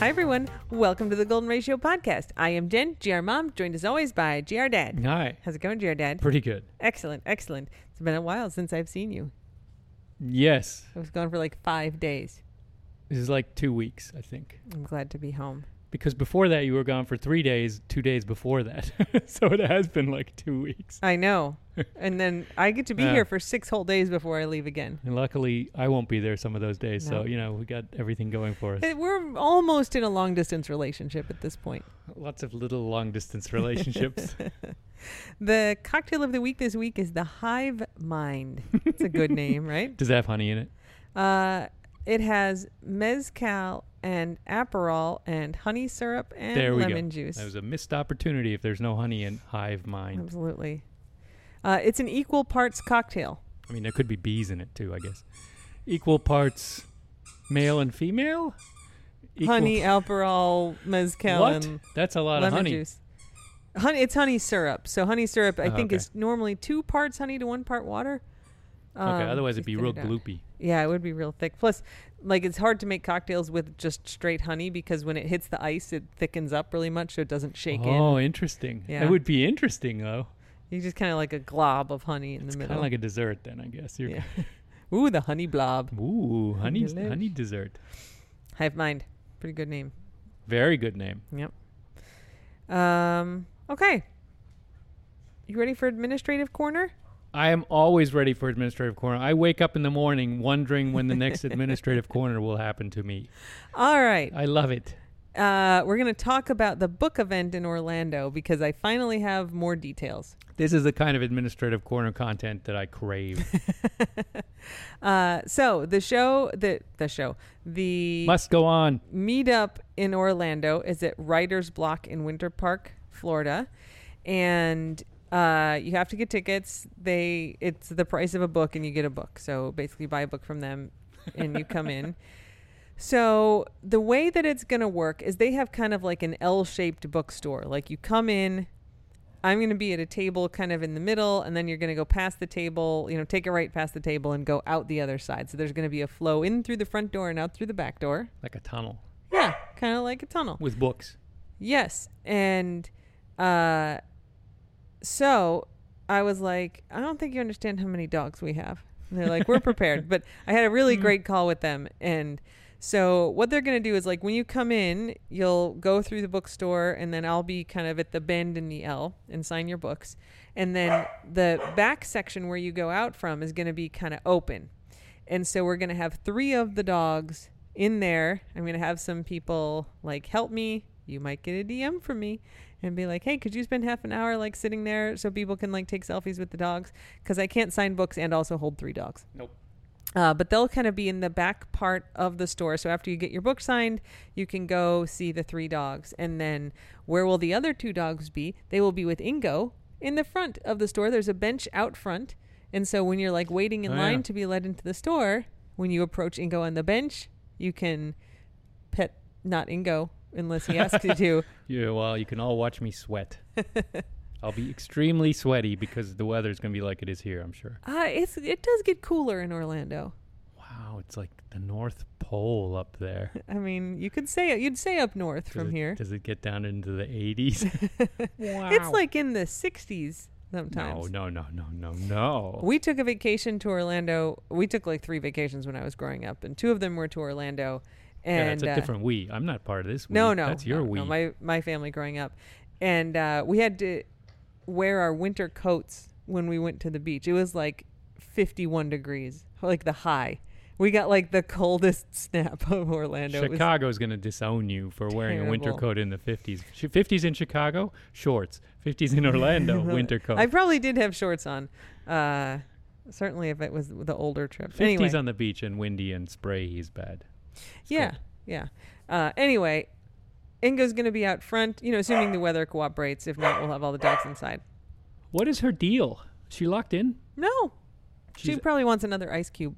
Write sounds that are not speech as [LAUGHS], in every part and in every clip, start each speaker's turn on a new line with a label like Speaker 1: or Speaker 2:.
Speaker 1: everyone. Welcome to the Golden Ratio Podcast. I am Jen, GR Mom, joined as always by GR Dad.
Speaker 2: Hi.
Speaker 1: How's it going, GR Dad?
Speaker 2: Pretty good.
Speaker 1: Excellent, excellent. It's been a while since I've seen you.
Speaker 2: Yes.
Speaker 1: I was gone for like five days.
Speaker 2: This is like two weeks, I think.
Speaker 1: I'm glad to be home.
Speaker 2: Because before that, you were gone for three days, two days before that. [LAUGHS] so it has been like two weeks.
Speaker 1: I know. and then I get to be
Speaker 2: Yeah.
Speaker 1: here for six whole days before I leave again.
Speaker 2: And luckily, I won't be there some of those days.
Speaker 1: No.
Speaker 2: So, you know, we got everything going
Speaker 1: [LAUGHS]
Speaker 2: for us.
Speaker 1: Eh, We're almost in a long distance relationship at this point.
Speaker 2: Lots of little long
Speaker 1: [LAUGHS]
Speaker 2: distance relationships.
Speaker 1: The cocktail of the week this week is the Hive Mind. It's a good name, right?
Speaker 2: Does that have honey in it?
Speaker 1: Uh, it has mezcal and Aperol and honey syrup and
Speaker 2: There we go.
Speaker 1: lemon juice.
Speaker 2: That was a missed opportunity if there's no honey in hive mind.
Speaker 1: Absolutely. Uh, it's an equal parts cocktail.
Speaker 2: I mean, there could be bees in it too, I guess. Equal parts male and female? Equal- [LAUGHS]
Speaker 1: honey, Aperol, mezcal,
Speaker 2: What?
Speaker 1: and
Speaker 2: That's a lot of
Speaker 1: lemon
Speaker 2: honey.
Speaker 1: juice. Honey, it's honey syrup. So honey syrup, I
Speaker 2: Oh,
Speaker 1: think,
Speaker 2: okay.
Speaker 1: is normally two parts honey to one part water.
Speaker 2: Okay,
Speaker 1: Um,
Speaker 2: otherwise
Speaker 1: you
Speaker 2: it'd be
Speaker 1: thin
Speaker 2: real
Speaker 1: it out.
Speaker 2: gloopy.
Speaker 1: Yeah, it would be real thick. Plus, like it's hard to make cocktails with just straight honey because when it hits the ice, it thickens up really much, so it doesn't shake in.
Speaker 2: Oh, interesting.
Speaker 1: Yeah.
Speaker 2: That would be interesting though.
Speaker 1: You just kind of like a glob of honey in the
Speaker 2: Kind of
Speaker 1: middle.
Speaker 2: like a dessert then, I guess. You're
Speaker 1: yeah. Ooh, the honey blob. [LAUGHS]
Speaker 2: [LAUGHS] Ooh, honey
Speaker 1: Delish.
Speaker 2: honey dessert.
Speaker 1: Hive mind, pretty good name.
Speaker 2: Very good name.
Speaker 1: Yep. Um. Okay. You ready for administrative corner?
Speaker 2: I am always ready for administrative corner. I wake up in the morning wondering when
Speaker 1: [LAUGHS]
Speaker 2: the next administrative corner will happen to me.
Speaker 1: All right.
Speaker 2: I love it.
Speaker 1: Uh, we're going to talk about the book event in Orlando because I finally have more details.
Speaker 2: This is the kind of administrative corner content that I crave.
Speaker 1: [LAUGHS] Uh, so the show, the the show, the
Speaker 2: Must go on.
Speaker 1: meetup in Orlando is at Writer's Block in Winter Park, Florida, and uh, you have to get tickets. They it's the price of a book, and you get a book. So basically, buy a book from them, and you come in. So the way that it's going to work is they have kind of like an L-shaped bookstore. Like you come in, I'm going to be at a table kind of in the middle, and then you're going to go past the table, you know, take a right past the table and go out the other side. So there's going to be a flow in through the front door and out through the back door.
Speaker 2: Like a tunnel
Speaker 1: Yeah, kind of like a tunnel.
Speaker 2: with books.
Speaker 1: Yes, and uh, so I was like, I don't think you understand how many dogs we have. And they're like, we're prepared, but I had a really great call with them, and so what they're gonna do is like when you come in, you'll go through the bookstore, and then I'll be kind of at the bend in the L and sign your books, and then the back section where you go out from is gonna be kind of open. And so we're going to have three of the dogs in there. I'm going to have some people like help me. You might get a DM from me and be like, hey, could you spend half an hour like sitting there so people can like take selfies with the dogs? Because I can't sign books and also hold three dogs.
Speaker 2: Nope.
Speaker 1: Uh, but they'll kind of be in the back part of the store. So after you get your book signed, you can go see the three dogs. And then where will the other two dogs be? They will be with Ingo in the front of the store. There's a bench out front. And so when you're like waiting in
Speaker 2: Oh, yeah.
Speaker 1: line to be led into the store, when you approach Ingo on the bench, you can pet not Ingo unless he asks you to.
Speaker 2: Yeah, well, you can all watch me
Speaker 1: [LAUGHS]
Speaker 2: sweat. I'll be extremely sweaty because the weather's going to be like it is here, I'm sure.
Speaker 1: Uh, it's, it does get cooler in Orlando.
Speaker 2: Wow, it's like the North Pole up there.
Speaker 1: I mean, you could say you'd say up north
Speaker 2: Does
Speaker 1: from
Speaker 2: it-
Speaker 1: here.
Speaker 2: Does it get down into
Speaker 1: [LAUGHS]
Speaker 2: the 80s? wow.
Speaker 1: It's like in the 60s sometimes.
Speaker 2: No, no, no, no, no, no.
Speaker 1: We took a vacation to Orlando. We took like three vacations when I was growing up, and two of them were to Orlando.
Speaker 2: yeah,
Speaker 1: And
Speaker 2: that's a
Speaker 1: uh,
Speaker 2: different we. I'm not part of this we.
Speaker 1: No, no,
Speaker 2: That's your
Speaker 1: no,
Speaker 2: we.
Speaker 1: No, my my family growing up, and uh, we had to wear our winter coats when we went to the beach. It was like 51 degrees, like the high. We got like the coldest [LAUGHS] snap of Orlando. It was-
Speaker 2: Chicago's going to disown you for wearing a winter
Speaker 1: terrible.
Speaker 2: coat in the 50s. Sh- 50s in Chicago, shorts. 50s
Speaker 1: [LAUGHS]
Speaker 2: in Orlando, winter coat.
Speaker 1: I probably did have shorts on. Uh, certainly, if it was the older trip.
Speaker 2: 50s
Speaker 1: anyway,
Speaker 2: on the beach and windy and spray is bad.
Speaker 1: Yeah,
Speaker 2: cold.
Speaker 1: yeah. Uh, anyway, Ingo's going to be out front, you know, assuming the weather cooperates. If not, we'll have all the dogs inside.
Speaker 2: What is her deal? She locked in?
Speaker 1: No, she
Speaker 2: She's-
Speaker 1: probably wants another ice cube.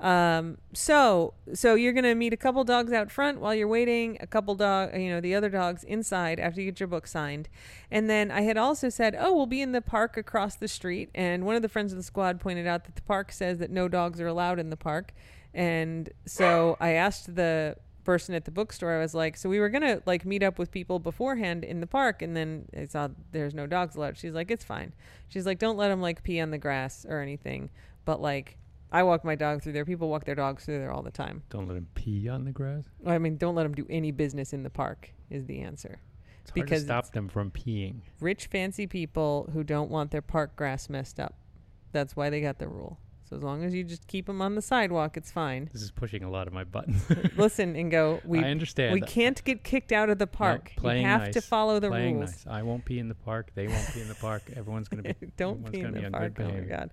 Speaker 1: Um, so, so you're going to meet a couple dogs out front while you're waiting, a couple dog, you know, the other dogs inside after you get your book signed. And then I had also said, oh, we'll be in the park across the street. And one of the friends of the squad pointed out that the park says that no dogs are allowed in the park. And so I asked the person at the bookstore, I was like, so we were gonna like meet up with people beforehand in the park, and then I saw there's no dogs allowed. She's like, it's fine. She's like, don't let them like pee on the grass or anything, but like. I walk my dog through there. People walk their dogs through there all the time.
Speaker 2: Don't let him pee on the grass.
Speaker 1: I mean, don't let them do any business in the park is the answer.
Speaker 2: It's hard
Speaker 1: Because
Speaker 2: to stop them from peeing.
Speaker 1: Rich, fancy people who don't want their park grass messed up. That's why they got the rule. So as long as you just keep them on the sidewalk, it's
Speaker 2: [LAUGHS]
Speaker 1: fine.
Speaker 2: This is pushing a lot of my buttons.
Speaker 1: Listen and go.
Speaker 2: [LAUGHS] I
Speaker 1: We
Speaker 2: understand.
Speaker 1: we
Speaker 2: that.
Speaker 1: can't get kicked out of the park.
Speaker 2: playing
Speaker 1: you have to
Speaker 2: nice.
Speaker 1: follow the
Speaker 2: Playing
Speaker 1: rules.
Speaker 2: nice. I won't pee in the park. They won't pee in the park. Everyone's
Speaker 1: [LAUGHS]
Speaker 2: going to be.
Speaker 1: Don't
Speaker 2: Everyone's
Speaker 1: be in
Speaker 2: gonna
Speaker 1: the
Speaker 2: be on
Speaker 1: park.
Speaker 2: good
Speaker 1: Oh my
Speaker 2: behavior.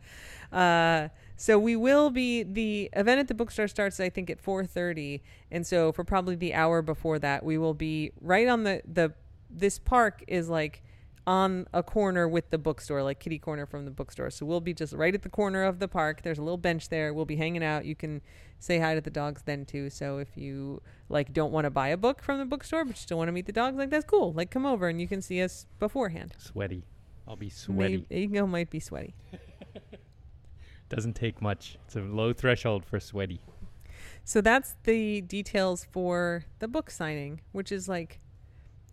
Speaker 1: god. Uh, so we will be the event at the bookstore starts I think at 4:30, and so for probably the hour before that, we will be right on the the this park is like on a corner with the bookstore, like kitty corner from the bookstore. So we'll be just right at the corner of the park. There's a little bench there. We'll be hanging out. You can say hi to the dogs then too. So if you like don't want to buy a book from the bookstore but you still want to meet the dogs, like that's cool. Like come over and you can see us beforehand.
Speaker 2: Sweaty. I'll be sweaty.
Speaker 1: Maybe Ego might be sweaty.
Speaker 2: Doesn't take much. It's a low threshold for sweaty.
Speaker 1: So that's the details for the book signing, which is like,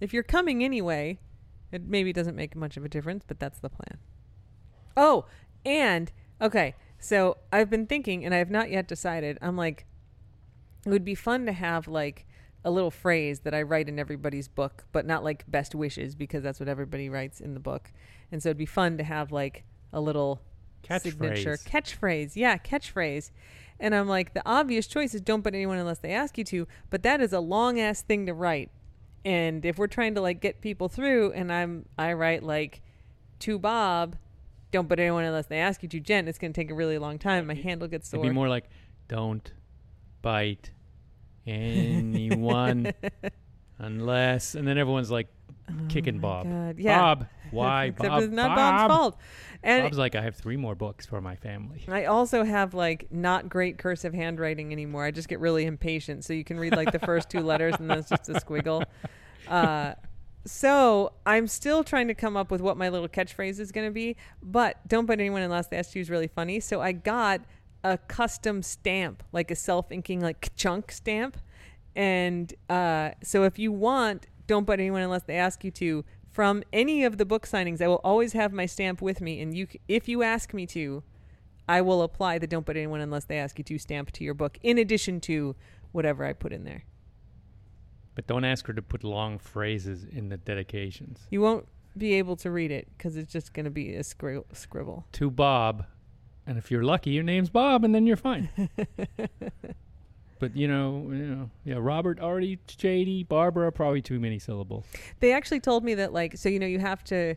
Speaker 1: if you're coming anyway, it maybe doesn't make much of a difference, but that's the plan. Oh, and okay, so I've been thinking, and I have not yet decided. I'm like, it would be fun to have like a little phrase that I write in everybody's book, but not like best wishes because that's what everybody writes in the book. And so it'd be fun to have like a little signature
Speaker 2: Catchphrase.
Speaker 1: catchphrase. Yeah, catchphrase. And I'm like, the obvious choice is don't put anyone unless they ask you to, but that is a long ass thing to write. And if we're trying to like get people through and I'm I write like to Bob, don't put anyone unless they ask you to, Jen, it's gonna take a really long time. My handle gets sore.
Speaker 2: It'd be more like, don't bite
Speaker 1: [LAUGHS]
Speaker 2: anyone
Speaker 1: Oh
Speaker 2: unless. And then everyone's like kicking Bob.
Speaker 1: God, yeah. [LAUGHS]
Speaker 2: Bob, why
Speaker 1: Except
Speaker 2: Bob?
Speaker 1: it's not
Speaker 2: Bob?
Speaker 1: Bob's fault. And
Speaker 2: Bob's like, I have three more books for my family.
Speaker 1: I also have like not great cursive handwriting anymore. I just get really impatient. So you can read like the first two letters and then it's just a squiggle. Uh, so I'm still trying to come up with what my little catchphrase is going to be, but don't put anyone unless they ask you is really funny. So I got a custom stamp, like a self inking, like chunk stamp. And uh, so if you want, don't put anyone unless they ask you to. From any of the book signings, I will always have my stamp with me, and you, c- if you ask me to, I will apply the don't put anyone unless they ask you to stamp to your book in addition to whatever I put in there.
Speaker 2: But don't ask her to put long phrases in the dedications.
Speaker 1: You won't be able to read it because it's just going to be a scri- scribble.
Speaker 2: To Bob, and if you're lucky, your name's Bob, and then you're fine. but you know, you know, yeah. Robert already shady. Barbara probably too many syllables.
Speaker 1: They actually told me that, like, so you know, you have to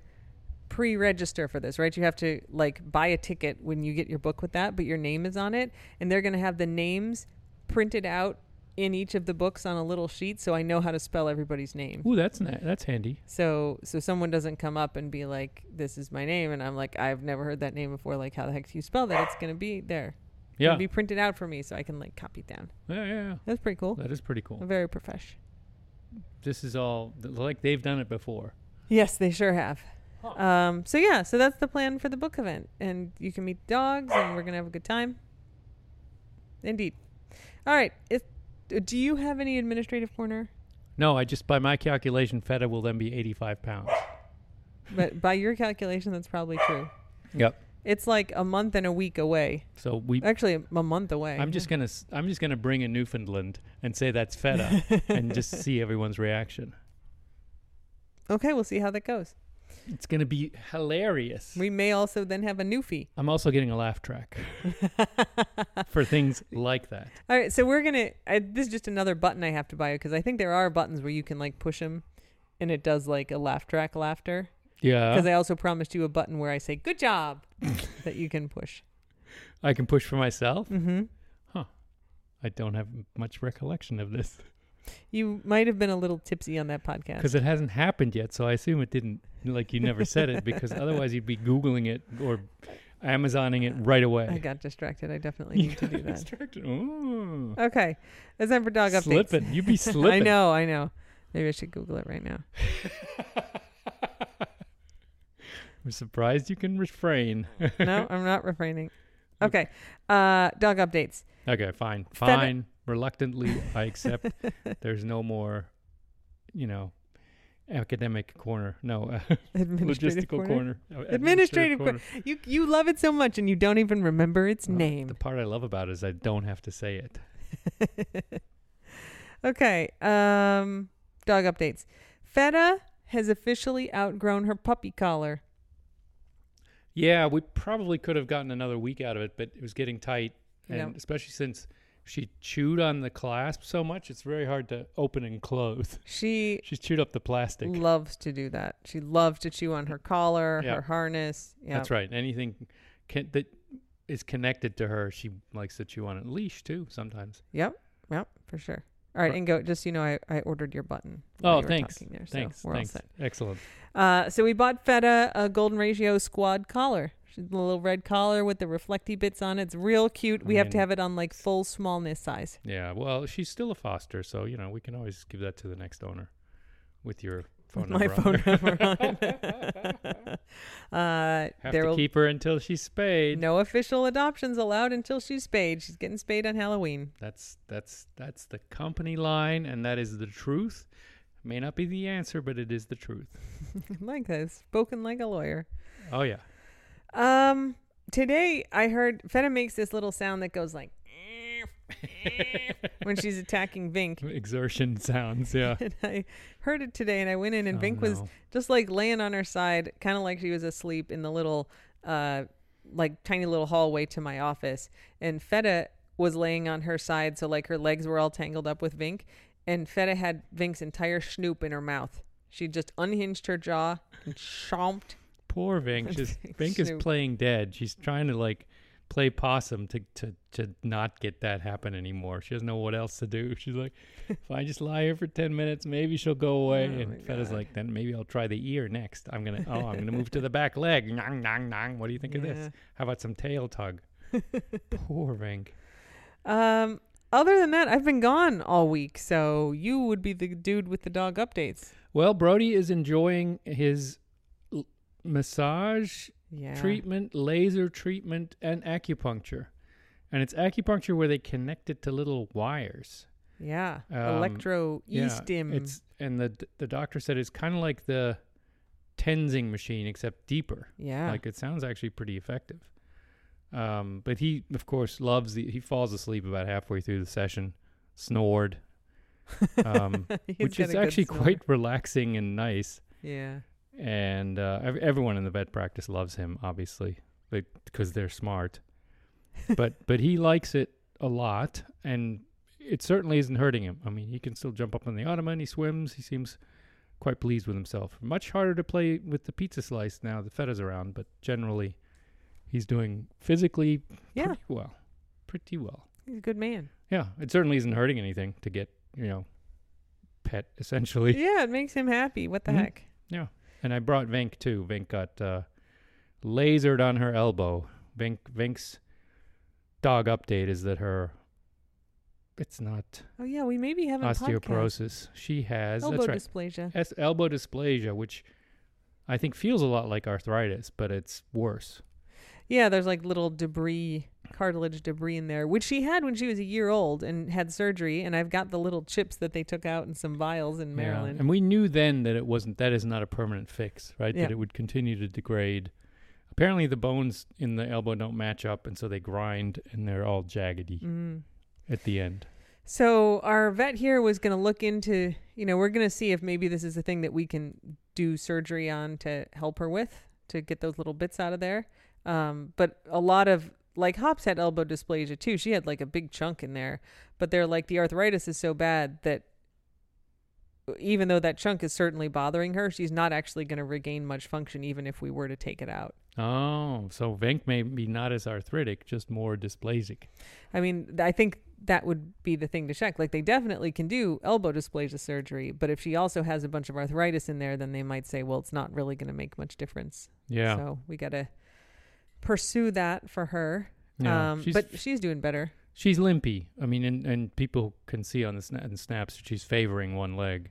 Speaker 1: pre register for this, right? You have to, like, buy a ticket when you get your book with that, but your name is on it. And they're going to have the names printed out in each of the books on a little sheet so I know how to spell everybody's name.
Speaker 2: Ooh, that's na- that's handy.
Speaker 1: So so someone doesn't come up and be like, "This is my name," and I'm like, "I've never heard that name before. Like, how the heck do you spell that?" It's gonna be there. It's
Speaker 2: Yeah,
Speaker 1: gonna be printed out for me so I can like copy it down.
Speaker 2: yeah, yeah. yeah.
Speaker 1: That's pretty cool.
Speaker 2: That is pretty cool.
Speaker 1: Very profesh.
Speaker 2: This is all th- like they've done it before.
Speaker 1: Yes, they sure have. Um, so yeah, so that's the plan for the book event, and you can meet dogs, and we're gonna have a good time. Indeed. All right. If, uh, do you have any administrative corner?
Speaker 2: No, I just by my calculation, Feta will then be 85 pounds. [LAUGHS]
Speaker 1: But by your calculation, that's probably true.
Speaker 2: Yep.
Speaker 1: It's like a month and a week away.
Speaker 2: So we.
Speaker 1: Actually, a- a month away.
Speaker 2: I'm just gonna. s- I'm just gonna bring a Newfoundland and say that's Feta, and just see everyone's reaction.
Speaker 1: Okay, we'll see how that goes.
Speaker 2: It's gonna be hilarious.
Speaker 1: We may also then have a newfie.
Speaker 2: I'm also getting a laugh track for [LAUGHS] things like that.
Speaker 1: [LAUGHS] All right, so we're gonna. I, this is just another button I have to buy because I think there are buttons where you can like push them, and it does like a laugh track laughter. Because
Speaker 2: Yeah.
Speaker 1: I also promised you a button where I say "Good job" [LAUGHS] that you can push.
Speaker 2: I, can push for myself.
Speaker 1: Mm-hmm.
Speaker 2: I don't have much recollection of this
Speaker 1: You might have been a little tipsy on that podcast.
Speaker 2: because it hasn't happened yet. So I assume it didn't, like you never said
Speaker 1: [LAUGHS]
Speaker 2: it because otherwise you'd be Googling it or Amazoning it right away.
Speaker 1: I got distracted. I definitely
Speaker 2: [LAUGHS] You
Speaker 1: need to
Speaker 2: got
Speaker 1: do that.
Speaker 2: distracted. Ooh.
Speaker 1: Okay, it's time for dog updates.
Speaker 2: Slipping. You'd be
Speaker 1: [LAUGHS]
Speaker 2: slipping.
Speaker 1: I know. I know. Maybe I should Google it right now.
Speaker 2: [LAUGHS] I'm surprised you can refrain. [LAUGHS]
Speaker 1: No, I'm not refraining. Okay, uh, dog updates.
Speaker 2: Okay, fine.
Speaker 1: Feta-
Speaker 2: Fine. Reluctantly, I accept there's no more, you know, academic corner. No, [LAUGHS] uh,
Speaker 1: [LAUGHS] Administrative
Speaker 2: logistical corner.
Speaker 1: corner.
Speaker 2: Uh,
Speaker 1: Administrative corner. You you love it so much, and you don't even remember its
Speaker 2: Uh,
Speaker 1: name.
Speaker 2: The part I love about it is I don't have to say it.
Speaker 1: [LAUGHS] okay. Um, dog updates. Feta has officially outgrown her puppy collar.
Speaker 2: Yeah, we probably could have gotten another week out of it, but it was getting tight, and
Speaker 1: Yeah.
Speaker 2: especially since she chewed on the clasp so much, it's very hard to open and close. [LAUGHS]
Speaker 1: She
Speaker 2: She's chewed up the plastic.
Speaker 1: loves to do that. She loves to chew on her collar,
Speaker 2: Yeah.
Speaker 1: her harness. Yeah.
Speaker 2: That's right. Anything can, that is connected to her, she likes to chew on it. Leash too, sometimes.
Speaker 1: Yep. Yep. For sure. All right,
Speaker 2: Right.
Speaker 1: and go. Just so you know, I, I ordered your button. while
Speaker 2: Oh,
Speaker 1: you were
Speaker 2: thanks,
Speaker 1: talking There, so
Speaker 2: thanks,
Speaker 1: we're all
Speaker 2: thanks.
Speaker 1: set.
Speaker 2: Excellent.
Speaker 1: Uh, so we bought Feta a Golden Ratio Squad collar. She's the little red collar with the reflecty bits on it. It's real cute. We have to
Speaker 2: Man.
Speaker 1: have it on like full smallness size. [LAUGHS]
Speaker 2: [LAUGHS] Yeah. Well, she's still a foster, so you know we can always give that to the next owner with your phone
Speaker 1: with
Speaker 2: number.
Speaker 1: my
Speaker 2: on
Speaker 1: phone
Speaker 2: there.
Speaker 1: number on it. uh,
Speaker 2: Have
Speaker 1: there
Speaker 2: to
Speaker 1: will
Speaker 2: keep her until she's
Speaker 1: be
Speaker 2: spayed.
Speaker 1: no official adoptions allowed until she's spayed. She's getting spayed on Halloween. [LAUGHS]
Speaker 2: That's that's that's the company line, and that is the truth. May not be the answer, but it is the truth.
Speaker 1: like this, spoken like a lawyer.
Speaker 2: Oh
Speaker 1: [LAUGHS]
Speaker 2: yeah.
Speaker 1: Um, today I heard Feta makes this little sound that goes like [LAUGHS] when she's attacking Vink. [LAUGHS]
Speaker 2: Exertion sounds. Yeah.
Speaker 1: And I heard it today, and I went in, and
Speaker 2: Oh,
Speaker 1: Vink was
Speaker 2: no.
Speaker 1: just like laying on her side, kind of like she was asleep in the little, uh, like tiny little hallway to my office. And Feta was laying on her side, so like her legs were all tangled up with Vink. And Feta had Vink's entire snoop in her mouth. She just unhinged her jaw and chomped.
Speaker 2: Poor
Speaker 1: [LAUGHS]
Speaker 2: Vink. She's, Vink is
Speaker 1: Snoop.
Speaker 2: playing dead. She's trying to like play possum to, to to not get that happen anymore. She doesn't know what else to do. [LAUGHS] She's like, if I just lie here for ten minutes, maybe she'll go away.
Speaker 1: Oh, my
Speaker 2: and Feta's
Speaker 1: God.
Speaker 2: like, then maybe I'll try the ear next. I'm gonna oh, I'm gonna move to the back leg. [LAUGHS] Nong nong nong. What do you think of
Speaker 1: Yeah.
Speaker 2: this? How about some tail tug? Poor Vink.
Speaker 1: [LAUGHS] Um, other than that, I've been gone all week, so you would be the dude with the dog updates.
Speaker 2: Well, Brody is enjoying his l- massage
Speaker 1: Yeah.
Speaker 2: treatment, laser treatment, and acupuncture. And it's acupuncture where they connect it to little wires.
Speaker 1: Yeah.
Speaker 2: Um,
Speaker 1: Electro E-stim.
Speaker 2: It's and the the doctor said it's kind of like the tensing machine except deeper.
Speaker 1: yeah.
Speaker 2: Like it sounds actually pretty effective. Um, but he of course loves the he falls asleep about halfway through the session, snored,
Speaker 1: [LAUGHS]
Speaker 2: um,
Speaker 1: He's
Speaker 2: which
Speaker 1: got a
Speaker 2: is
Speaker 1: good
Speaker 2: actually
Speaker 1: snore.
Speaker 2: quite [LAUGHS] relaxing and nice.
Speaker 1: Yeah.
Speaker 2: and uh, ev- everyone in the vet practice loves him, obviously, because they're smart. But but he likes it a lot, and it certainly isn't hurting him. I mean, he can still jump up on the ottoman. He swims. He seems quite pleased with himself. Much harder to play with the pizza slice now the feta's around, but generally, he's doing physically
Speaker 1: Yeah.
Speaker 2: pretty well, pretty well.
Speaker 1: He's a good man.
Speaker 2: Yeah, it certainly isn't hurting anything to get you know pet essentially.
Speaker 1: Yeah, it makes him happy. What the
Speaker 2: Mhm.
Speaker 1: heck?
Speaker 2: And I brought Vink too. Vink got uh, lasered on her elbow. Vink Vink's dog update is that her it's not
Speaker 1: Oh yeah, we maybe have not
Speaker 2: osteoporosis. She has
Speaker 1: elbow
Speaker 2: that's right
Speaker 1: dysplasia.
Speaker 2: es- elbow dysplasia, which I think feels a lot like arthritis, but it's worse.
Speaker 1: Yeah, there's like little debris, cartilage debris in there, which she had when she was a year old and had surgery. And I've got the little chips that they took out and some vials in
Speaker 2: Yeah.
Speaker 1: Maryland.
Speaker 2: And we knew then that it wasn't that is not a permanent fix, right?
Speaker 1: Yeah.
Speaker 2: That it would continue to degrade. Apparently the bones in the elbow don't match up and so they grind and they're all jaggedy
Speaker 1: Mm.
Speaker 2: at the end.
Speaker 1: So our vet here was going to look into, you know, we're going to see if maybe this is a thing that we can do surgery on to help her with to get those little bits out of there. Um, but a lot of like Hops had elbow dysplasia too. She had like a big chunk in there, but they're like the arthritis is so bad that even though that chunk is certainly bothering her, she's not actually going to regain much function even if we were to take it out.
Speaker 2: Oh, so Venk may be not as arthritic, just more dysplasic.
Speaker 1: I mean, th- I think that would be the thing to check. Like they definitely can do elbow dysplasia surgery, but if she also has a bunch of arthritis in there, then they might say, well, it's not really going to make much difference.
Speaker 2: Yeah.
Speaker 1: So we got to pursue that for her.
Speaker 2: yeah.
Speaker 1: um,
Speaker 2: she's,
Speaker 1: but she's doing better.
Speaker 2: she's limpy. I mean, and, and people can see on the sna- and snaps that she's favoring one leg.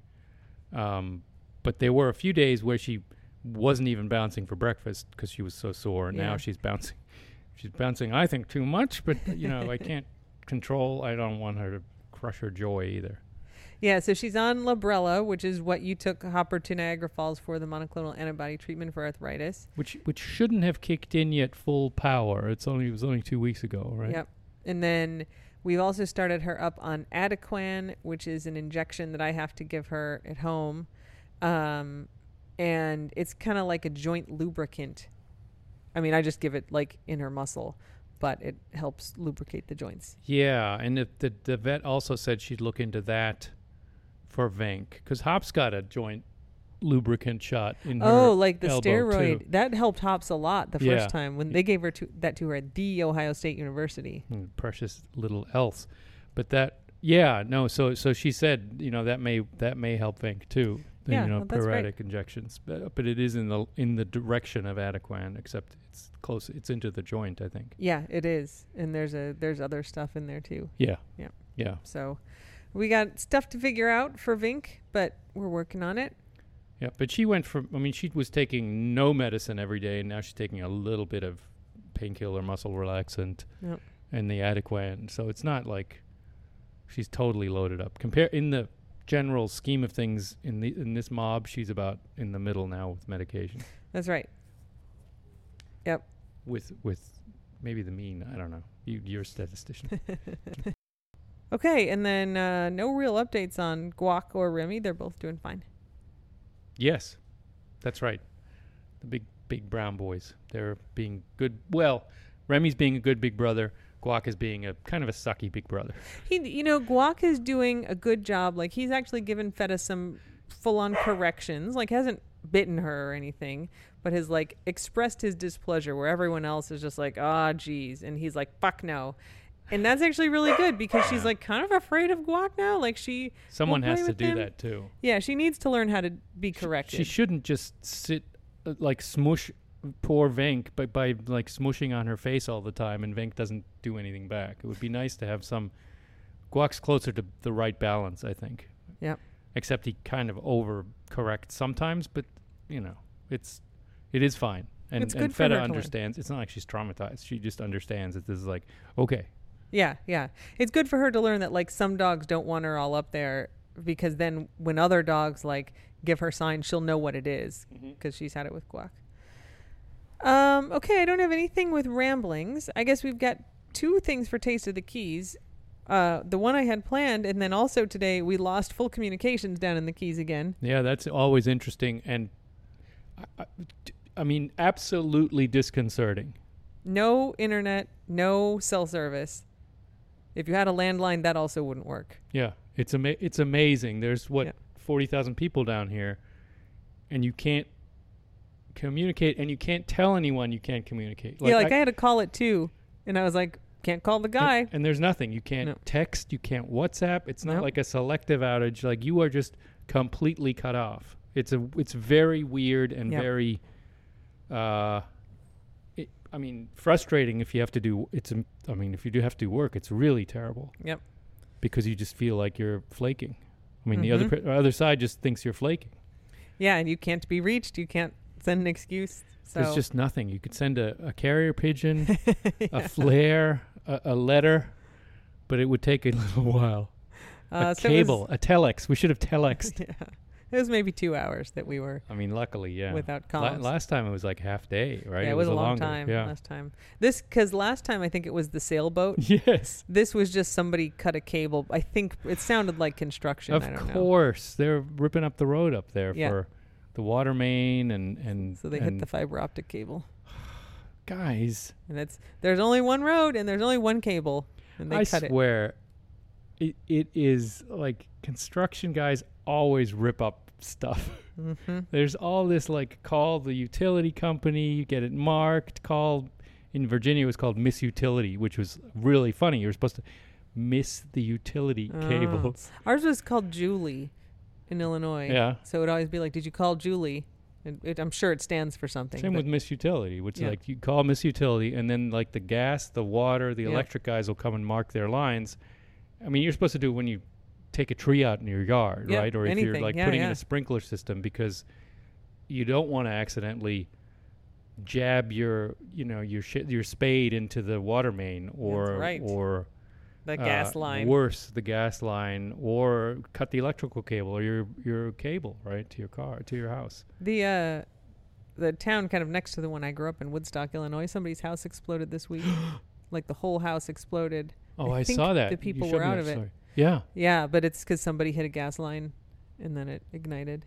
Speaker 2: Um, but there were a few days where she wasn't even bouncing for breakfast because she was so sore. and
Speaker 1: Yeah.
Speaker 2: Now she's bouncing. [LAUGHS] She's bouncing, I think, too much, but, you know, I can't control. I don't want her to crush her joy either.
Speaker 1: Yeah, so she's on Librela, which is what you took Hopper to Niagara Falls for, the monoclonal antibody treatment for arthritis.
Speaker 2: Which which shouldn't have kicked in yet full power. It's only it was only two weeks ago, right?
Speaker 1: Yep. And then we've also started her up on Adequan, which is an injection that I have to give her at home. Um, and it's kind of like a joint lubricant. I mean, I just give it like in her muscle, but it helps lubricate the joints.
Speaker 2: Yeah, and if the the vet also said she'd look into that for Vank because Hop's got a joint lubricant shot in her
Speaker 1: Oh, like the
Speaker 2: elbow,
Speaker 1: steroid.
Speaker 2: too.
Speaker 1: That helped Hops a lot the first
Speaker 2: Yeah.
Speaker 1: time when they gave her to, that to her at the Ohio State University.
Speaker 2: Mm, precious little else. But that, yeah, no. So, so she said, you know, that may that may help Vink too. the,
Speaker 1: Yeah,
Speaker 2: you know,
Speaker 1: well, that's great.
Speaker 2: periodic injections, but, but it is in the in the direction of Adequan, except it's close. It's into the joint, I think.
Speaker 1: Yeah, it is. And there's a there's other stuff in there too.
Speaker 2: Yeah.
Speaker 1: Yeah.
Speaker 2: Yeah.
Speaker 1: So we got stuff to figure out for Vink, but we're working on it.
Speaker 2: Yeah. But she went from. I mean, she was taking no medicine every day, and now she's taking a little bit of painkiller, muscle relaxant,
Speaker 1: Yep.
Speaker 2: and the Adequan. So it's not like she's totally loaded up. Compare in the general scheme of things in the in this mob, she's about in the middle now with medication,
Speaker 1: That's right.
Speaker 2: with with maybe the mean. I don't know. You, you're a statistician.
Speaker 1: Okay, and then uh, no real updates on Guac or Remy. They're both doing fine.
Speaker 2: yes, that's right. The big big brown boys. They're being good. Well, Remy's being a good big brother. Guac is being a kind of a sucky big brother.
Speaker 1: He, you know, Guac is doing a good job. Like he's actually given Feta some full-on corrections. Like hasn't bitten her or anything, but has like expressed his displeasure where everyone else is just like, ah, geez, and he's like, fuck no. And that's actually really good because she's like kind of afraid of Guac now. Like she,
Speaker 2: Someone
Speaker 1: play
Speaker 2: has to
Speaker 1: with
Speaker 2: do
Speaker 1: them.
Speaker 2: that too.
Speaker 1: yeah, she needs to learn how to be
Speaker 2: Sh-
Speaker 1: corrected.
Speaker 2: She shouldn't just sit uh, like smush poor Venk by, by like smushing on her face all the time, and Venk doesn't do anything back. It would be nice to have some. Guac's closer to the right balance, I think.
Speaker 1: Yep.
Speaker 2: Except he kind of over corrects sometimes, but you know, it's it is fine. And,
Speaker 1: It's
Speaker 2: and
Speaker 1: good for
Speaker 2: Feta
Speaker 1: her to learn.
Speaker 2: understands. It's not like she's traumatized. She just understands that this is like okay,
Speaker 1: Yeah, yeah. It's good for her to learn that like some dogs don't want her all up there because then when other dogs like give her signs, she'll know what it is because she's had it with Guac. Um, okay, I don't have anything with ramblings. I guess we've got two things for Taste of the Keys. Uh, the one I had planned, and then also today we lost full communications down in the Keys again.
Speaker 2: Yeah, that's always interesting, and I, I, I mean, absolutely disconcerting.
Speaker 1: No internet, no cell service. If you had a landline, that also wouldn't work.
Speaker 2: Yeah, it's ama- it's amazing. There's what
Speaker 1: Yeah.
Speaker 2: forty thousand people down here, and you can't communicate, and you can't tell anyone you can't communicate.
Speaker 1: yeah, like I,
Speaker 2: I-
Speaker 1: had to call it too, and I was like, can't call [LAUGHS] the guy.
Speaker 2: and, and there's nothing you can't
Speaker 1: No.
Speaker 2: text, you can't WhatsApp. It's not
Speaker 1: No.
Speaker 2: like a selective outage. Like you are just completely cut off. It's a it's very weird and
Speaker 1: Yep.
Speaker 2: very, uh, it, I mean, frustrating if you have to do. It's im- I mean, if you do have to do work, it's really terrible.
Speaker 1: Yep.
Speaker 2: Because you just feel like you're flaking. I mean, the other
Speaker 1: Mhm.
Speaker 2: per- other side just thinks you're flaking.
Speaker 1: Yeah, and you can't be reached. You can't send an excuse. So [LAUGHS]
Speaker 2: There's just nothing. You could send a, a carrier pigeon,
Speaker 1: uh, [LAUGHS]
Speaker 2: a flare, a, a letter, but it would take a [LAUGHS] little while.
Speaker 1: uh,
Speaker 2: a
Speaker 1: so it was-
Speaker 2: cable, a telex. We should have
Speaker 1: [LAUGHS]
Speaker 2: telexed.
Speaker 1: yeah, it was maybe two hours that we were
Speaker 2: I mean, luckily, yeah.
Speaker 1: without
Speaker 2: La-
Speaker 1: comms.
Speaker 2: last time it was like half day, right?
Speaker 1: uh, yeah, it was, a long
Speaker 2: longer-
Speaker 1: time
Speaker 2: Yeah.
Speaker 1: last time. This because last time I think it was the
Speaker 2: [LAUGHS]
Speaker 1: sailboat.
Speaker 2: yes.
Speaker 1: This was just somebody cut a cable. I think it sounded like construction. I
Speaker 2: Of
Speaker 1: don't
Speaker 2: course, they're ripping up the road up there
Speaker 1: Yeah.
Speaker 2: for the water main and
Speaker 1: know.
Speaker 2: and
Speaker 1: So they hit
Speaker 2: and
Speaker 1: the fiber optic cable,
Speaker 2: guys.
Speaker 1: and that's there's only one road and there's only one cable, and they
Speaker 2: I
Speaker 1: cut
Speaker 2: swear, it. it is like construction guys always rip up stuff.
Speaker 1: it. hmm
Speaker 2: There's all this like call the utility company, you get it marked, call in Virginia it was called miss utility, which was really funny. You were supposed to miss the utility
Speaker 1: Oh.
Speaker 2: cables.
Speaker 1: Ours was called Julie in Illinois.
Speaker 2: Yeah.
Speaker 1: So it would always be like, "Did you call Julie?" And it, I'm sure it stands for something.
Speaker 2: Same
Speaker 1: but-
Speaker 2: with miss utility, which
Speaker 1: Yeah.
Speaker 2: like you call miss utility and then like the gas, the water, the
Speaker 1: Yeah.
Speaker 2: electric guys will come and mark their lines. I mean, you're supposed to do it when you take a tree out in your yard,
Speaker 1: Yeah,
Speaker 2: right? Or if you're
Speaker 1: anything.
Speaker 2: like
Speaker 1: Yeah,
Speaker 2: putting in
Speaker 1: yeah.
Speaker 2: a sprinkler system because you don't want to accidentally jab your you know your sh- your spade into the water main or
Speaker 1: right.
Speaker 2: or
Speaker 1: the gas
Speaker 2: uh,
Speaker 1: line.
Speaker 2: Worse, the gas line, or cut the electrical cable or your your cable right to your car to your house.
Speaker 1: The uh the town kind of next to the one I grew up in, Woodstock, Illinois, somebody's house exploded this
Speaker 2: [GASPS]
Speaker 1: week. like the whole house exploded.
Speaker 2: Oh,
Speaker 1: I
Speaker 2: I,
Speaker 1: think
Speaker 2: saw
Speaker 1: the
Speaker 2: that. You
Speaker 1: people
Speaker 2: showed
Speaker 1: were
Speaker 2: me
Speaker 1: out
Speaker 2: that
Speaker 1: of it.
Speaker 2: story. Yeah,
Speaker 1: Yeah, but it's because somebody hit a gas line and then it ignited.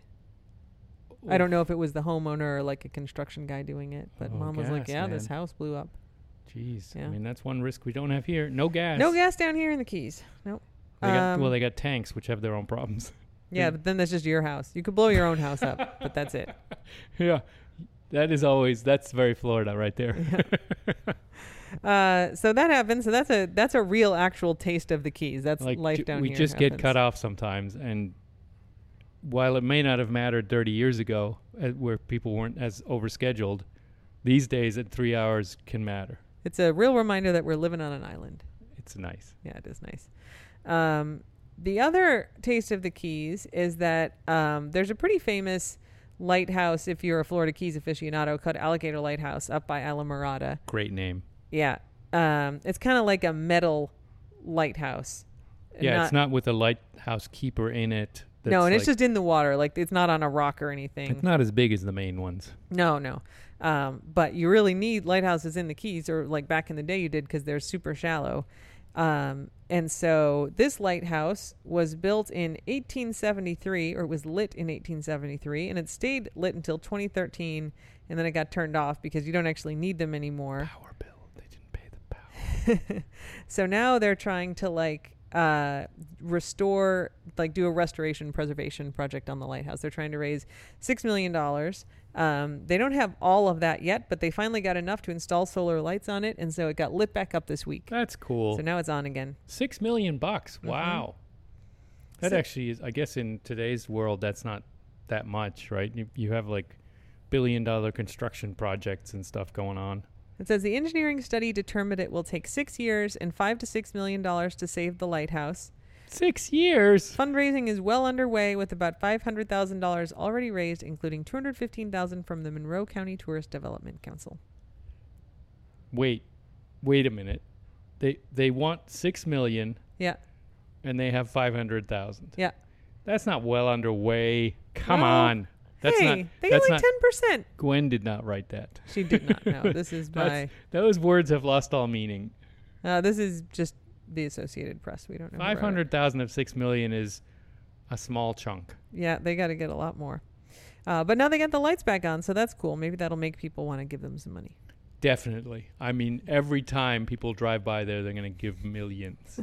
Speaker 1: I don't know if it was the homeowner or like a construction guy doing it, but
Speaker 2: Oh,
Speaker 1: mom was like,
Speaker 2: gas,
Speaker 1: yeah, this
Speaker 2: man.
Speaker 1: house blew up.
Speaker 2: Oh, Jeez,
Speaker 1: Yeah.
Speaker 2: I mean that's one risk we don't have here. No gas.
Speaker 1: No gas down here in the Keys. Nope.
Speaker 2: They got, well,
Speaker 1: Um,
Speaker 2: they got tanks which have their own problems. [LAUGHS]
Speaker 1: yeah, but then that's just your house. You could blow your own house up, but that's it.
Speaker 2: yeah, that is always that's very Florida right there.
Speaker 1: Uh, so that happened. So that's a that's a real actual taste of the Keys.
Speaker 2: [LAUGHS]
Speaker 1: That's life
Speaker 2: ju-
Speaker 1: down
Speaker 2: we
Speaker 1: here.
Speaker 2: just get
Speaker 1: happens.
Speaker 2: cut off sometimes and while it may not have mattered 30 years ago uh, where people weren't as overscheduled these days at three hours can matter
Speaker 1: It's a real reminder that we're living on an island.
Speaker 2: it's nice
Speaker 1: Yeah, it is nice. Um, the other taste of the Keys is that um, there's a pretty famous lighthouse, if you're a Florida Keys aficionado, called Alligator Lighthouse up by Alamorada.
Speaker 2: great name
Speaker 1: Yeah. Um, it's kind of like a metal lighthouse.
Speaker 2: yeah it's not with a lighthouse keeper in it that's
Speaker 1: no, and it's
Speaker 2: like-
Speaker 1: just in the water. Like it's not on a rock or anything.
Speaker 2: it's not as big as the main ones
Speaker 1: No, no. Um, but you really need lighthouses in the Keys, or like back in the day you did, because they're super shallow. Um, and so this lighthouse was built in 1873, or it was lit in 1873, and it stayed lit until 2013, and then it got turned off because you don't actually need them anymore.
Speaker 2: power bill they didn't pay the power
Speaker 1: So now they're trying to like uh, restore, like do a restoration preservation project on the lighthouse. They're trying to raise six million dollars. Um, they don't have all of that yet, but they finally got enough to install solar lights on it, and so it got lit back up this week.
Speaker 2: that's cool
Speaker 1: So now it's on again.
Speaker 2: six million bucks wow that
Speaker 1: So-
Speaker 2: actually is i guess in today's world that's not that much right you, you have like billion dollar construction projects and stuff going on
Speaker 1: It says the engineering study determined it will take six years and five to six million dollars to save the lighthouse.
Speaker 2: Six years.
Speaker 1: Fundraising is well underway with about five hundred thousand dollars already raised, including two hundred fifteen thousand from the Monroe County Tourist Development Council.
Speaker 2: Wait, wait a minute. They they want six million
Speaker 1: Yeah,
Speaker 2: and they have five hundred thousand.
Speaker 1: yeah.
Speaker 2: That's not well underway. Come
Speaker 1: Well,
Speaker 2: on. That's
Speaker 1: hey,
Speaker 2: not.
Speaker 1: they got
Speaker 2: that's
Speaker 1: like
Speaker 2: not.
Speaker 1: ten percent.
Speaker 2: Gwen did not write that.
Speaker 1: She did not
Speaker 2: [LAUGHS]
Speaker 1: know. This is by
Speaker 2: That's- Those words have lost all meaning.
Speaker 1: uh, this is just the Associated Press. We don't know. who wrote it.
Speaker 2: Five hundred thousand of six million is a small chunk.
Speaker 1: Yeah, they got to get a lot more. Uh, but now they got the lights back on, so that's cool. Maybe that'll make people want to give them some money.
Speaker 2: Definitely. I mean, every time people drive by there, they're going to
Speaker 1: [LAUGHS]
Speaker 2: give millions.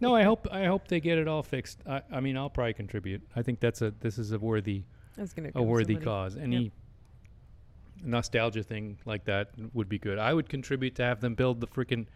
Speaker 2: no, I hope I hope they get it all fixed. I, I mean, I'll probably contribute. I think that's a this is a worthy
Speaker 1: That's gonna
Speaker 2: a worthy
Speaker 1: call.
Speaker 2: cause. Any nostalgia thing like that would be good. I would contribute to have them build the freaking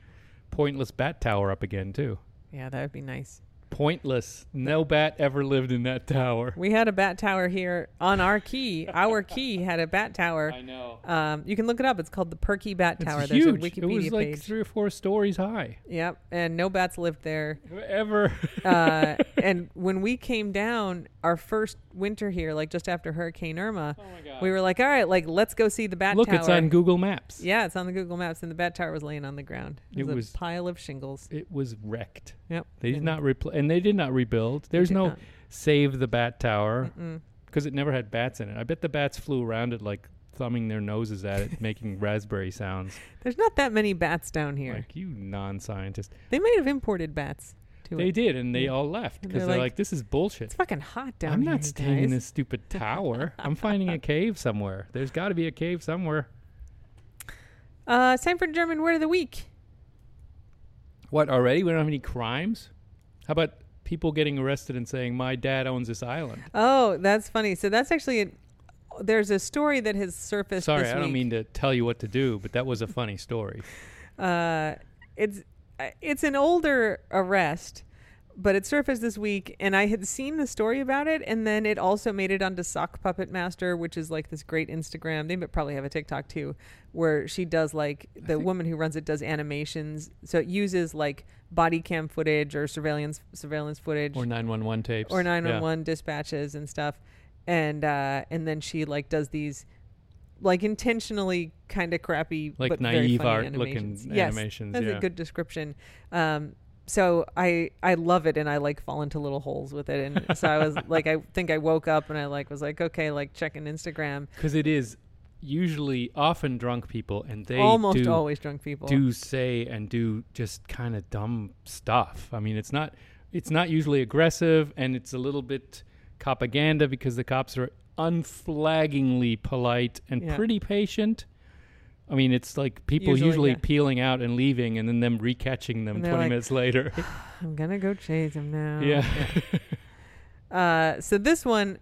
Speaker 2: pointless bat tower up again too.
Speaker 1: Yeah, that would be nice.
Speaker 2: Pointless. No bat ever lived in that tower.
Speaker 1: We had a bat tower here on our key. our key had a bat tower.
Speaker 2: I know.
Speaker 1: Um, you can look it up. It's called the Perky Bat Tower.
Speaker 2: It's
Speaker 1: There's
Speaker 2: huge.
Speaker 1: a
Speaker 2: It
Speaker 1: Wikipedia
Speaker 2: was like
Speaker 1: page.
Speaker 2: three or four stories high.
Speaker 1: yep, and no bats lived there.
Speaker 2: Ever. [LAUGHS]
Speaker 1: uh, and when we came down our first winter here, like just after Hurricane Irma,
Speaker 2: Oh [LAUGHS] my God.
Speaker 1: we were like, all right, like let's go see the bat
Speaker 2: Look,
Speaker 1: tower.
Speaker 2: it's on Google Maps.
Speaker 1: yeah, it's on the Google Maps, and the bat tower was laying on the ground. It was,
Speaker 2: It was-
Speaker 1: a pile of shingles.
Speaker 2: It was wrecked.
Speaker 1: Yep.
Speaker 2: They did
Speaker 1: And-
Speaker 2: not repl- and they did not rebuild. There's
Speaker 1: did
Speaker 2: no
Speaker 1: not.
Speaker 2: save the bat tower because it never had bats in it. I bet the bats flew around it like thumbing their noses at it,
Speaker 1: [LAUGHS]
Speaker 2: making raspberry sounds.
Speaker 1: There's not that many bats down here.
Speaker 2: Like you non-scientist.
Speaker 1: they might have imported bats. To
Speaker 2: They
Speaker 1: it.
Speaker 2: did, and they all left
Speaker 1: And
Speaker 2: because
Speaker 1: they're
Speaker 2: they're like,
Speaker 1: like,
Speaker 2: "This is
Speaker 1: It's
Speaker 2: bullshit.
Speaker 1: fucking hot down
Speaker 2: I'm
Speaker 1: here.
Speaker 2: not staying in
Speaker 1: guys.
Speaker 2: this stupid tower. I'm
Speaker 1: [LAUGHS]
Speaker 2: finding a cave somewhere. There's got to be a cave somewhere."
Speaker 1: Uh, it's time for German word of the week.
Speaker 2: What already? We don't have any crimes. How about people getting arrested and saying, "My dad owns this island."
Speaker 1: Oh, that's funny. So that's actually a, there's a story that has surfaced.
Speaker 2: Sorry,
Speaker 1: this
Speaker 2: I don't
Speaker 1: week.
Speaker 2: mean to tell you what to do, but that was a funny story.
Speaker 1: uh, it's uh, it's an older arrest, but it surfaced this week, and I had seen the story about it, and then it also made it onto Sock Puppet Master, which is like this great Instagram. They might probably have a TikTok too, where she does like the woman who runs it does animations, so it uses like body cam footage or surveillance surveillance footage
Speaker 2: or 911 tapes
Speaker 1: or 911 dispatches and stuff and uh and then she like does these like intentionally kind of crappy
Speaker 2: Like
Speaker 1: but very
Speaker 2: naive
Speaker 1: funny
Speaker 2: art-looking
Speaker 1: animations. yes,
Speaker 2: animations,
Speaker 1: that's
Speaker 2: yeah.
Speaker 1: a good description um so I I love it and I like fall into little holes with it and so I
Speaker 2: [LAUGHS]
Speaker 1: was like I think I woke up and I like was like okay like checking Instagram
Speaker 2: because it is usually often drunk people, and they
Speaker 1: almost
Speaker 2: do,
Speaker 1: always drunk people
Speaker 2: do say and do just kind of dumb stuff. I mean, it's not it's not usually aggressive, and it's a little bit propaganda because the cops are unflaggingly polite and
Speaker 1: Yeah.
Speaker 2: pretty patient. I mean, it's like people
Speaker 1: Usually,
Speaker 2: usually,
Speaker 1: yeah.
Speaker 2: peeling out and leaving, and then them recatching them
Speaker 1: And they're
Speaker 2: twenty
Speaker 1: like, "Oh,
Speaker 2: minutes later.
Speaker 1: I'm gonna go chase him now
Speaker 2: [LAUGHS] yeah,
Speaker 1: Uh, so this one,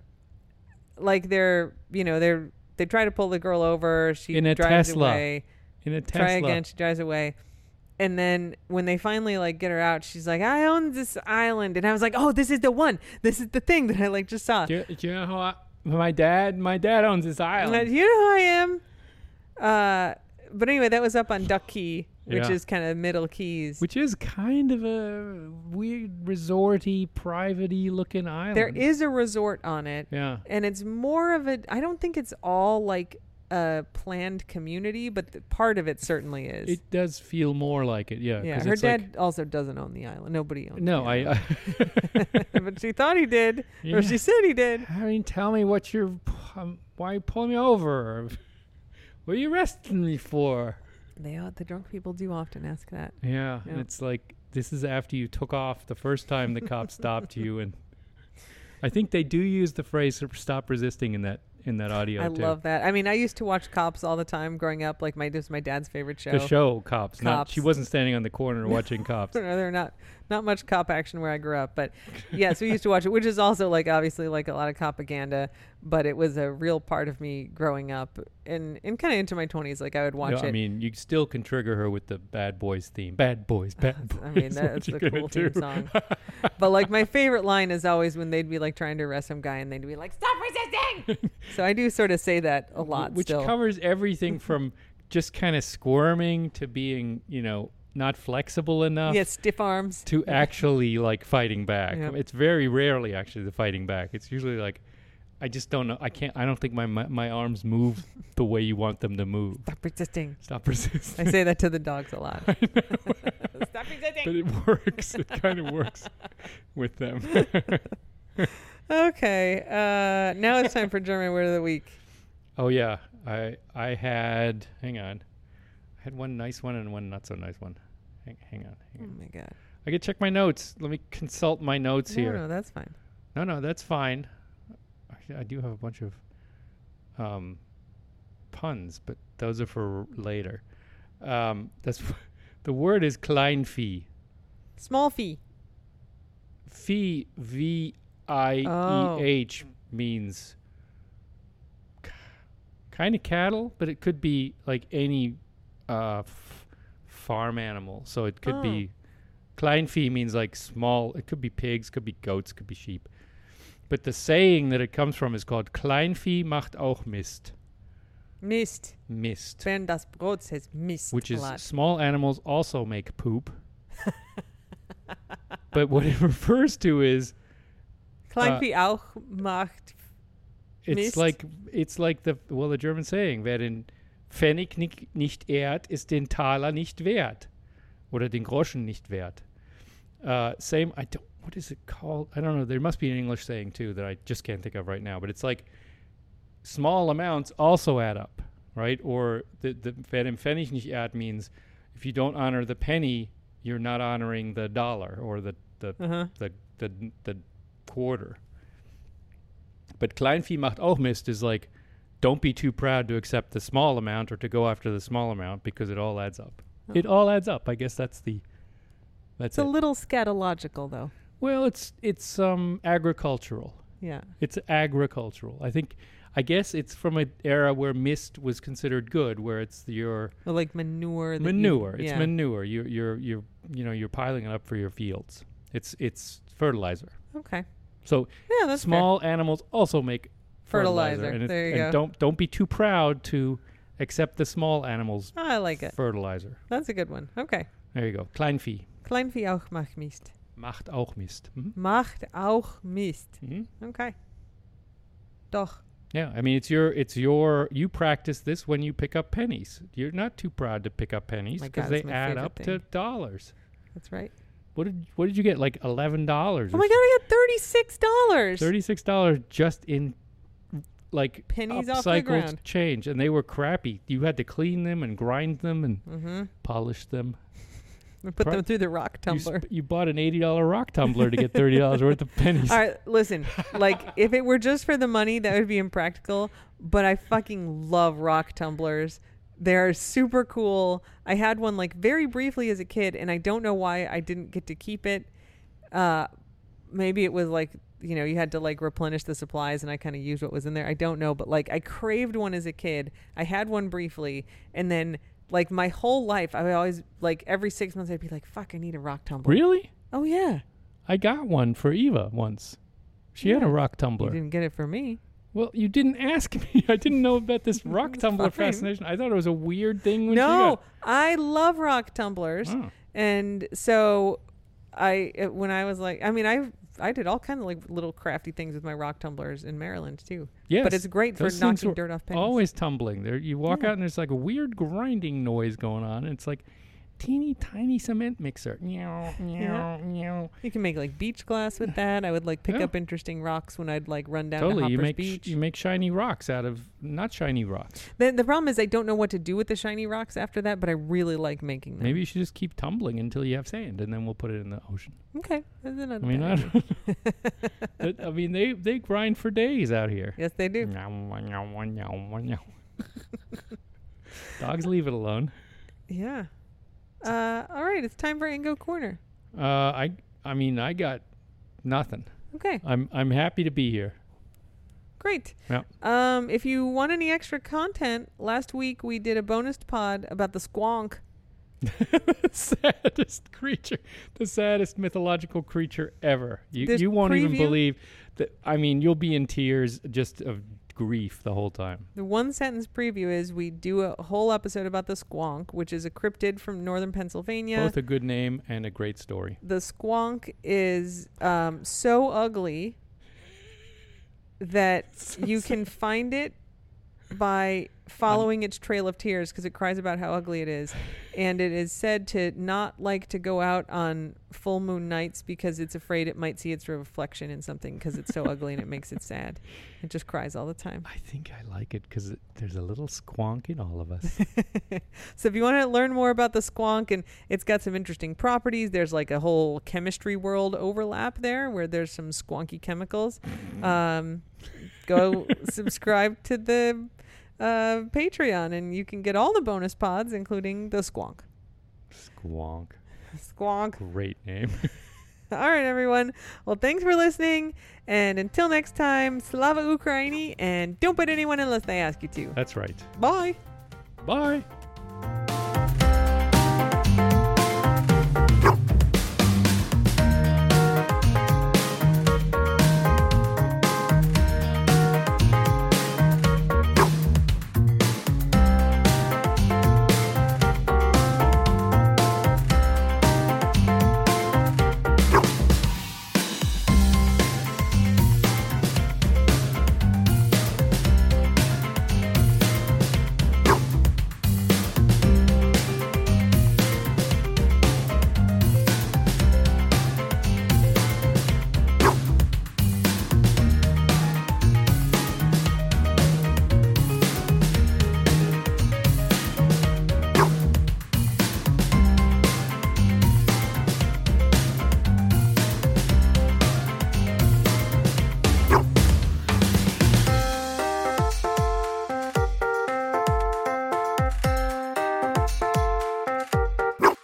Speaker 1: like they're you know they're they try to pull the girl over. She
Speaker 2: In a
Speaker 1: drives
Speaker 2: Tesla.
Speaker 1: away.
Speaker 2: in a Tesla.
Speaker 1: Try again. She drives away. And then when they finally like get her out, she's like, "I own this island," and I was like, "Oh, this is the one. This is the thing that I like just saw."
Speaker 2: Do you, do you know how I, my dad? My dad owns this
Speaker 1: I'm like,
Speaker 2: island.
Speaker 1: you know who I am. Uh, but anyway, that was up on Duck Key, which
Speaker 2: Yeah.
Speaker 1: is kind of middle keys.
Speaker 2: Which is kind of a weird resorty, privatey looking island.
Speaker 1: there is a resort on it,
Speaker 2: yeah,
Speaker 1: and it's more of a. I don't think it's all like a planned community, but th- part of it certainly is.
Speaker 2: it does feel more like it. Yeah,
Speaker 1: yeah,
Speaker 2: 'cause
Speaker 1: her
Speaker 2: it's like-
Speaker 1: dad also doesn't own the island. Nobody owns.
Speaker 2: no,
Speaker 1: the [LAUGHS]
Speaker 2: I.
Speaker 1: island.
Speaker 2: I
Speaker 1: [LAUGHS]
Speaker 2: [LAUGHS]
Speaker 1: but she thought he did,
Speaker 2: Yeah.
Speaker 1: or she said he did.
Speaker 2: I mean, tell me what you're. Um, why you pulling me over? [LAUGHS] What are you arresting me for?
Speaker 1: They all- the drunk people do often ask that.
Speaker 2: Yeah,
Speaker 1: Yeah.
Speaker 2: and it's like this is after you took off the first time the cop stopped you, and I think they do use the phrase "stop resisting" in that in that audio.
Speaker 1: I
Speaker 2: too.
Speaker 1: love that. I mean, I used to watch Cops all the time growing up. Like my this was my dad's favorite show.
Speaker 2: The show cops. Not she
Speaker 1: Cops.
Speaker 2: wasn't standing on
Speaker 1: [LAUGHS]
Speaker 2: the corner watching cops.
Speaker 1: No, they're not not much cop action where I grew up, but [LAUGHS] yes, we used to watch it, which is also like obviously like a lot of propaganda, but it was a real part of me growing up and and kind of into my twenties. Like I would watch
Speaker 2: No,
Speaker 1: it.
Speaker 2: I mean, you still can trigger her with the bad boys theme. Bad
Speaker 1: [LAUGHS]
Speaker 2: boys, bad boys.
Speaker 1: I
Speaker 2: [LAUGHS]
Speaker 1: mean,
Speaker 2: what
Speaker 1: that's
Speaker 2: you
Speaker 1: a
Speaker 2: gonna
Speaker 1: cool
Speaker 2: do?
Speaker 1: theme
Speaker 2: [LAUGHS]
Speaker 1: song. But like my favorite line is always when they'd be like trying to arrest some guy and they'd be like, "Stop
Speaker 2: [LAUGHS]
Speaker 1: resisting!" so I do sort of say that a lot.
Speaker 2: Which
Speaker 1: still.
Speaker 2: covers
Speaker 1: [LAUGHS]
Speaker 2: everything from just kind of squirming to being, you know, not flexible enough
Speaker 1: yeah, stiff arms. [LAUGHS]
Speaker 2: to actually like fighting back.
Speaker 1: Yeah.
Speaker 2: It's very rarely actually the fighting back. It's usually like, I just don't know. I can't. I don't think my my, my
Speaker 1: [LAUGHS]
Speaker 2: arms move the way you want them to move.
Speaker 1: Stop resisting.
Speaker 2: Stop [LAUGHS] resisting.
Speaker 1: I say that to the dogs a
Speaker 2: [LAUGHS]
Speaker 1: lot. [LAUGHS] Stop
Speaker 2: but
Speaker 1: resisting.
Speaker 2: it works. It kind of works
Speaker 1: [LAUGHS]
Speaker 2: with them.
Speaker 1: Okay, uh, now it's time for German word of the week.
Speaker 2: oh yeah, I I had hang on, I had one nice one and one not so nice one. Hang, hang on, hang
Speaker 1: Oh
Speaker 2: on.
Speaker 1: my god.
Speaker 2: I could check my notes. Let me consult my notes
Speaker 1: no,
Speaker 2: here.
Speaker 1: no, that's fine.
Speaker 2: No, no, that's fine. I, I do have a bunch of um, puns, but those are for later. Um, that's [LAUGHS] the word is Kleinvieh.
Speaker 1: Small fee.
Speaker 2: Fee V I
Speaker 1: Oh.
Speaker 2: E H means kind of cattle, but it could be like any uh, f- farm animal. So it could
Speaker 1: Oh.
Speaker 2: be Kleinvieh means like small. It could be pigs, could be goats, could be sheep. But the saying that it comes from is called Kleinvieh macht auch Mist.
Speaker 1: Mist.
Speaker 2: Mist,
Speaker 1: Wenn das Brot says Mist.
Speaker 2: which
Speaker 1: a
Speaker 2: is uh,
Speaker 1: lot.
Speaker 2: small animals also make
Speaker 1: [LAUGHS]
Speaker 2: poop. but what it [LAUGHS] refers to is
Speaker 1: Klein wie auch macht. Mist.
Speaker 2: It's like it's like the well the German saying, wer den Pfennig ni- nicht ehrt, ist den Taler nicht wert, oder den Groschen nicht wert. Uh, same, I don't. What is it called? I don't know. There must be an English saying too that I just can't think of right now. But it's like small amounts also add up, right? Or the the wer den Pfennig nicht ehrt means if you don't honor the penny, you're not honoring the dollar or the the
Speaker 1: Uh-huh.
Speaker 2: the the the quarter. But Kleinvieh macht auch Mist is like, don't be too proud to accept the small amount or to go after the small amount because it all adds up. It all adds up. I guess that's the that's
Speaker 1: It's a
Speaker 2: it.
Speaker 1: little scatological though.
Speaker 2: well, it's it's um agricultural.
Speaker 1: Yeah.
Speaker 2: It's agricultural. I think I guess it's from an era where mist was considered good, where it's your
Speaker 1: Or like manure. that you-
Speaker 2: manure. it's
Speaker 1: e-, yeah.
Speaker 2: manure. You you're you're you know, you're piling it up for your fields. It's it's fertilizer.
Speaker 1: Okay.
Speaker 2: So
Speaker 1: Yeah, that's fair.
Speaker 2: small animals also make fertilizer,
Speaker 1: Fertilizer.
Speaker 2: and, it-
Speaker 1: There you
Speaker 2: and
Speaker 1: go.
Speaker 2: don't don't be too proud to accept the small animals
Speaker 1: I like it.
Speaker 2: fertilizer.
Speaker 1: That's a good one. Okay.
Speaker 2: There you go. Kleinvieh
Speaker 1: Klein wie auch macht Mist.
Speaker 2: macht auch Mist. Mhm.
Speaker 1: Macht auch Mist.
Speaker 2: Mhm.
Speaker 1: Okay. Doch.
Speaker 2: Yeah, I mean it's your it's your you practice this when you pick up pennies. You're not too proud to pick up pennies
Speaker 1: My
Speaker 2: because
Speaker 1: God,
Speaker 2: they
Speaker 1: it's my
Speaker 2: add
Speaker 1: favorite
Speaker 2: up to
Speaker 1: thing.
Speaker 2: dollars.
Speaker 1: That's right.
Speaker 2: What did what did you get? Like eleven dollars?
Speaker 1: Oh my god, I got thirty six dollars.
Speaker 2: Thirty six dollars just in like
Speaker 1: Pennies off the
Speaker 2: upcycled
Speaker 1: ground.
Speaker 2: change, and they were crappy. You had to clean them and grind them and
Speaker 1: Mm-hmm.
Speaker 2: polish them.
Speaker 1: Put
Speaker 2: Pro-
Speaker 1: them through the rock
Speaker 2: You
Speaker 1: tumbler.
Speaker 2: sp- You, bought an eighty dollar rock tumbler to get thirty dollars worth of [LAUGHS]
Speaker 1: [LAUGHS]
Speaker 2: pennies.
Speaker 1: All right, listen. Like, if it were just for the money, that would be impractical. But I fucking love rock tumblers. They're super cool. I had one like very briefly as a kid, and I don't know why I didn't get to keep it. Uh, maybe it was like you know you had to like replenish the supplies, and I kind of used what was in there. I don't know, but like I craved one as a kid. I had one briefly, and then like my whole life, I would always like every six months I'd be like, "Fuck, I need a rock tumbler."
Speaker 2: Really?
Speaker 1: Oh yeah,
Speaker 2: I got one for Eva once. She had a
Speaker 1: Yeah.
Speaker 2: rock
Speaker 1: you
Speaker 2: tumbler.
Speaker 1: didn't get it for me.
Speaker 2: well, you didn't ask me. [LAUGHS] I didn't know about this
Speaker 1: [LAUGHS]
Speaker 2: rock
Speaker 1: It's
Speaker 2: tumbler
Speaker 1: fine.
Speaker 2: fascination. I thought it was a weird thing. When
Speaker 1: no, I love rock tumblers,
Speaker 2: she got. Oh.
Speaker 1: and so I it- when I was like, I mean, I I did all kind of like little crafty things with my rock tumblers in Maryland too.
Speaker 2: Yes,
Speaker 1: but it's great for
Speaker 2: those things
Speaker 1: knocking
Speaker 2: were
Speaker 1: dirt off pennies.
Speaker 2: always tumbling. There, you walk
Speaker 1: Yeah.
Speaker 2: out and there's like a weird grinding noise going on. And it's like teeny tiny cement mixer. Meow, meow, meow.
Speaker 1: you can make like beach glass with that. I would like pick
Speaker 2: Yeah.
Speaker 1: up interesting rocks when I'd like run down to
Speaker 2: Totally,
Speaker 1: Hoppers
Speaker 2: you make sh-
Speaker 1: Beach.
Speaker 2: you make shiny rocks out of not shiny rocks.
Speaker 1: the, the problem is I don't know what to do with the shiny rocks after that, but I really like making them.
Speaker 2: Maybe you should just keep tumbling until you have sand, and then we'll put it in the ocean.
Speaker 1: okay. That's not a
Speaker 2: I mean,
Speaker 1: bad
Speaker 2: I,
Speaker 1: idea.
Speaker 2: don't [LAUGHS] But, I mean, they they grind for days out here.
Speaker 1: yes, they
Speaker 2: [LAUGHS]
Speaker 1: do.
Speaker 2: Dogs leave it alone.
Speaker 1: Yeah. Uh, all right, it's time for Ingo Corner.
Speaker 2: Uh, I I mean, I got nothing.
Speaker 1: Okay.
Speaker 2: I'm I'm happy to be here. [LAUGHS]
Speaker 1: Great.
Speaker 2: Yeah.
Speaker 1: Um, if you want any extra content, last week we did a bonus pod about the squonk.
Speaker 2: saddest creature, the saddest mythological creature ever. You
Speaker 1: This
Speaker 2: you won't even
Speaker 1: preview?
Speaker 2: believe that. I mean, you'll be in tears just of grief the whole time.
Speaker 1: The one sentence preview is we do a whole episode about the squonk, which is a cryptid from northern Pennsylvania.
Speaker 2: Both a good name and a great story.
Speaker 1: The squonk is um, so ugly that you can find it by following its trail of tears because it cries about how ugly it is. And it is said to not like to go out on full moon nights because it's afraid it might see its reflection in something because it's so ugly and it makes it sad. It just cries all the time.
Speaker 2: I think I like it because there's a little squonk in all of us.
Speaker 1: So if you want to learn more about the squonk and it's got some interesting properties, there's like a whole chemistry world overlap there where there's some squonky chemicals. Um, go subscribe to the uh, Patreon and you can get all the bonus pods, including the squonk.
Speaker 2: squonk,
Speaker 1: Squonk.
Speaker 2: great name.
Speaker 1: All right, everyone. Well, thanks for listening. And until next time, Slava Ukraini, and don't put anyone unless they ask you to.
Speaker 2: That's right.
Speaker 1: Bye.
Speaker 2: Bye.